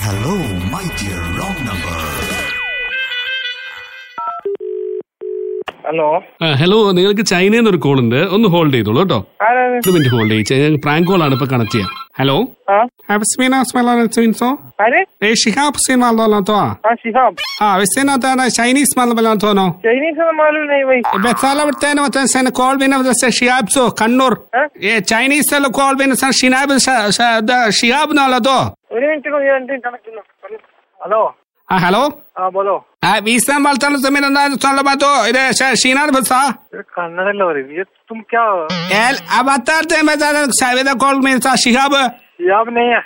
Hello, my dear wrong number. Hello ആ, hello നിങ്ങൾക്ക് ചൈനയിൽ നിന്ന് ഒരു കോൾ ഉണ്ട് ഒന്ന് ഹോൾഡ് ചെയ്തോളൂ കേട്ടോ ആരാണ് ഒരു മിനിറ്റ് ഹോൾഡ് ചെയ്യും പ്രാങ്ക് കോൾ ആണ് ഇപ്പൊ കണക്ട് ചെയ്യാം ഹലോ ആ ഹബ്സ്മീന ഉസ്മാനോ സിൻസോ ആര് ഏ ഷിഹാബ് ഹുസൈൻ വാൽദോലാത്തോ ആ ഷിഹാബ് ആ വെസ്റ്റേനാത്താണ് ചൈനീസ് മലബലാത്തോനോ ചൈനീസ് മാലൂലേ വൈ ബെസാലവിടുത്തേനെ മറ്റേ സെന കോൾ വിന മറ്റേ ഷിഹാബ്സോ കണ്ണൂർ ഏ? ഏ ചൈനീസ് കോൾ വിന സൻ ഷിനാബ് സ- സ- ദ- ഷിഹാബ് നാളത്തോ ഒരു മിനിറ്റ് കൂടി, ഞാൻ ഇത് connect ചെയ്യുന്നു. ഹലോ ആ ഹലോ ആ ബോലോ ആ വീസാൻ വാൽത്താലോ സമീർ എന്താ സൊല്ലബാത്തോ ഇത് ഷ- ഷിനാബ് ബസാ ഇത് കന്നഡല്ലോ പറയും ये तुम क्या हो? ഏൽ ആ ബത്താർത്തെ ബത്താ സവിത കോൾ മീൻ സാ ഷിഹാബ് ഷിഹാബ് नहीं है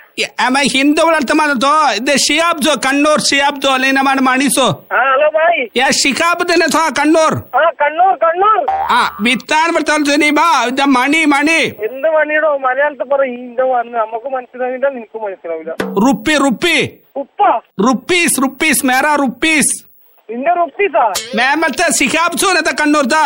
ಆಮ ಹಿಂದೂಗಳರ್ಥ ಮಾಡತೋ ಇದೆ ಶಿಯಾಬ್ದು ಕಣ್ಣೂರ್ ಶಿಯಾಬ್ದು ಅಲ್ಲಿನ ಮಾಡಿ ಮಣಿಸು ആ ഹലോ ഭായ് ಯಾ ಶಿಕಾಬ್ದೇನೆ ಥೋ ಕಣ್ಣೂರ್ ആ കണ്ണൂർ കണ്ണൂർ ಆ ಬಿತ್ತಾನ್ ಬರ್ತಾವ ನೀ ಬಾ ಇದ ಮಣಿ ಮಣಿ എന്ത് പണിയിടോ മലയാളത്തിൽ പറ ഇന്റെ വന്ന് നമുക്ക് മനസ്സിലാവില്ല നിനക്കും മനസ്സിലാവില്ല ರುಪ್ಪಿ ರುಪ್ಪಿ ഉപ്പ ರುಪ್ಪೀಸ್ ರುಪ್ಪೀಸ್ ಮೇರಾ ರುಪ್ಪೀಸ್ നിന്റെ റുപ്പീസാ ಮೇ ಮತ್ತೆ ಶಿಕಾಬ್ಸು ನತ ಕಣ್ಣೂರ್ದ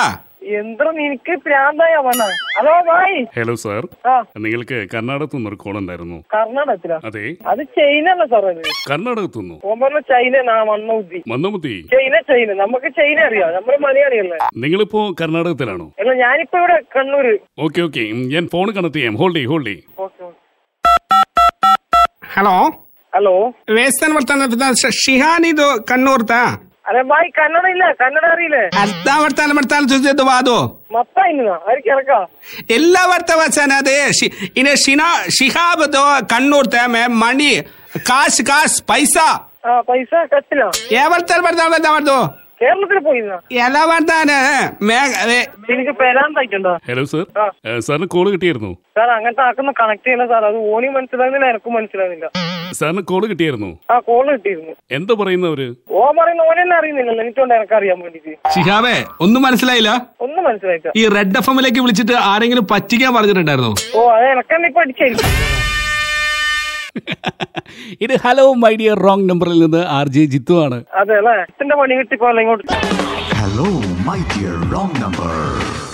എന്തോ നിനക്ക് പ്രാന്തായ വന്ന ഹലോ ഭായ് ഹലോ സാർ ആ നിങ്ങൾക്ക് കർണാടകത്തു നിന്നൊരു കോൾ ഉണ്ടായിരുന്നു കർണാടകത്തിലാ അതെ അത് ചൈന അല്ല സാറേ ഇത്. കർണാടകത്തു നിന്നു ഓൻ പറഞ്ഞ ചൈന നാ മണ്ണ ബുദ്ധി മന്ദമുത്തി ചൈന ചൈന നമുക്ക് ചൈന അറിയാം നമ്മള് മലയാളിയല്ലേ നിങ്ങളിപ്പോ കർണാടകത്തിലാണോ അല്ല ഞാനിപ്പോ ഇവിടെ കണ്ണൂര് ഓക്കെ ഓക്കെ ഞാൻ ഫോൺ കണക്ട് ചെയ്യാം ഹോൾഡ് ചെയ് ഹോൾഡ് ചെയ് ಹಲೋ ഹലോ ವೇಸ್ತನ್ ಬರ್ತಾನ ಶಿಹಾನ್ ಇದು ಕಣ್ಣೂರ್ದ അല്ല ബായ് കന്നഡ ഇല്ല കന്നഡ അറിയില്ലേ ಅರ್ಧ ಬರ್ತಾನ ಬರ್ತಾನ ತುದಿದ್ದು ವಾದು മത്തായിരുന്നു ആർക്ക് ഇറക്കാ ಎಲ್ಲ ಬರ್ತವ ಸನ್ ಅದೇ ಶಿ- ಇನ್ನು ಶಿನಾ ಶಿಹಾಬ್ದು ಕಣ್ಣೂರ್ದ ಮೇ ಮಣಿ ಕಾಶ್ ಕಾಶ್ ಪೈಸಾ ആ പൈസ കത്തില ಏ ಬರ್ತಾರೆ ಬರ್ತಾವ ಬರ್ದು കേരളത്തിൽ പോയിരുന്ന ಎಲ್ಲ ಬರ್ತಾನೆ ಮೇ- ಅದೇ എനിക്ക് പെരാൻ തയ്ക്കണ്ടോ ഹലോ സാർ ആ. സാറിന് കോൾ കിട്ടിയായിരുന്നു സാർ അങ്ങനത്തെ ആക്കുന്ന കണക്ട് ചെയ്യണം സാർ അത് ഓണി മനസ്സിലാകുന്നില്ല എനക്കും മനസ്സിലാകുന്നില്ല സാറിന് കോൾ കിട്ടിയായിരുന്നു ആ കോൾ കിട്ടിയിരുന്നു എന്താ പറയുന്നവര് ഓ പറയുന്ന ഓനെന്നെ അറിയുന്നില്ലല്ലോ എനിക്കൊണ്ട് എനക്കറിയാൻ വേണ്ടിട്ട് ഷിഹാബേ ഒന്നും മനസ്സിലായില്ല ഒന്നും മനസ്സിലായില്ല ഈ റെഡ് എഫ് എമ്മിലേക്ക് വിളിച്ചിട്ട് ആരെങ്കിലും പറ്റിക്കാൻ പറഞ്ഞിട്ടുണ്ടായിരുന്നോ ഓ അത് എനക്കെന്നെ ഇപ്പൊ അടിച്ചായിരിക്കും ഇത് ഹലോ മൈ ഡിയർ റോങ് നമ്പറിൽ നിന്ന് ആർ ജെ ജിത്തു ആണ് അതെ അല്ലേ എത്തിന്റെ പണി കിട്ടിപ്പോ ഇങ്ങോട്ട് Hello, my dear wrong number.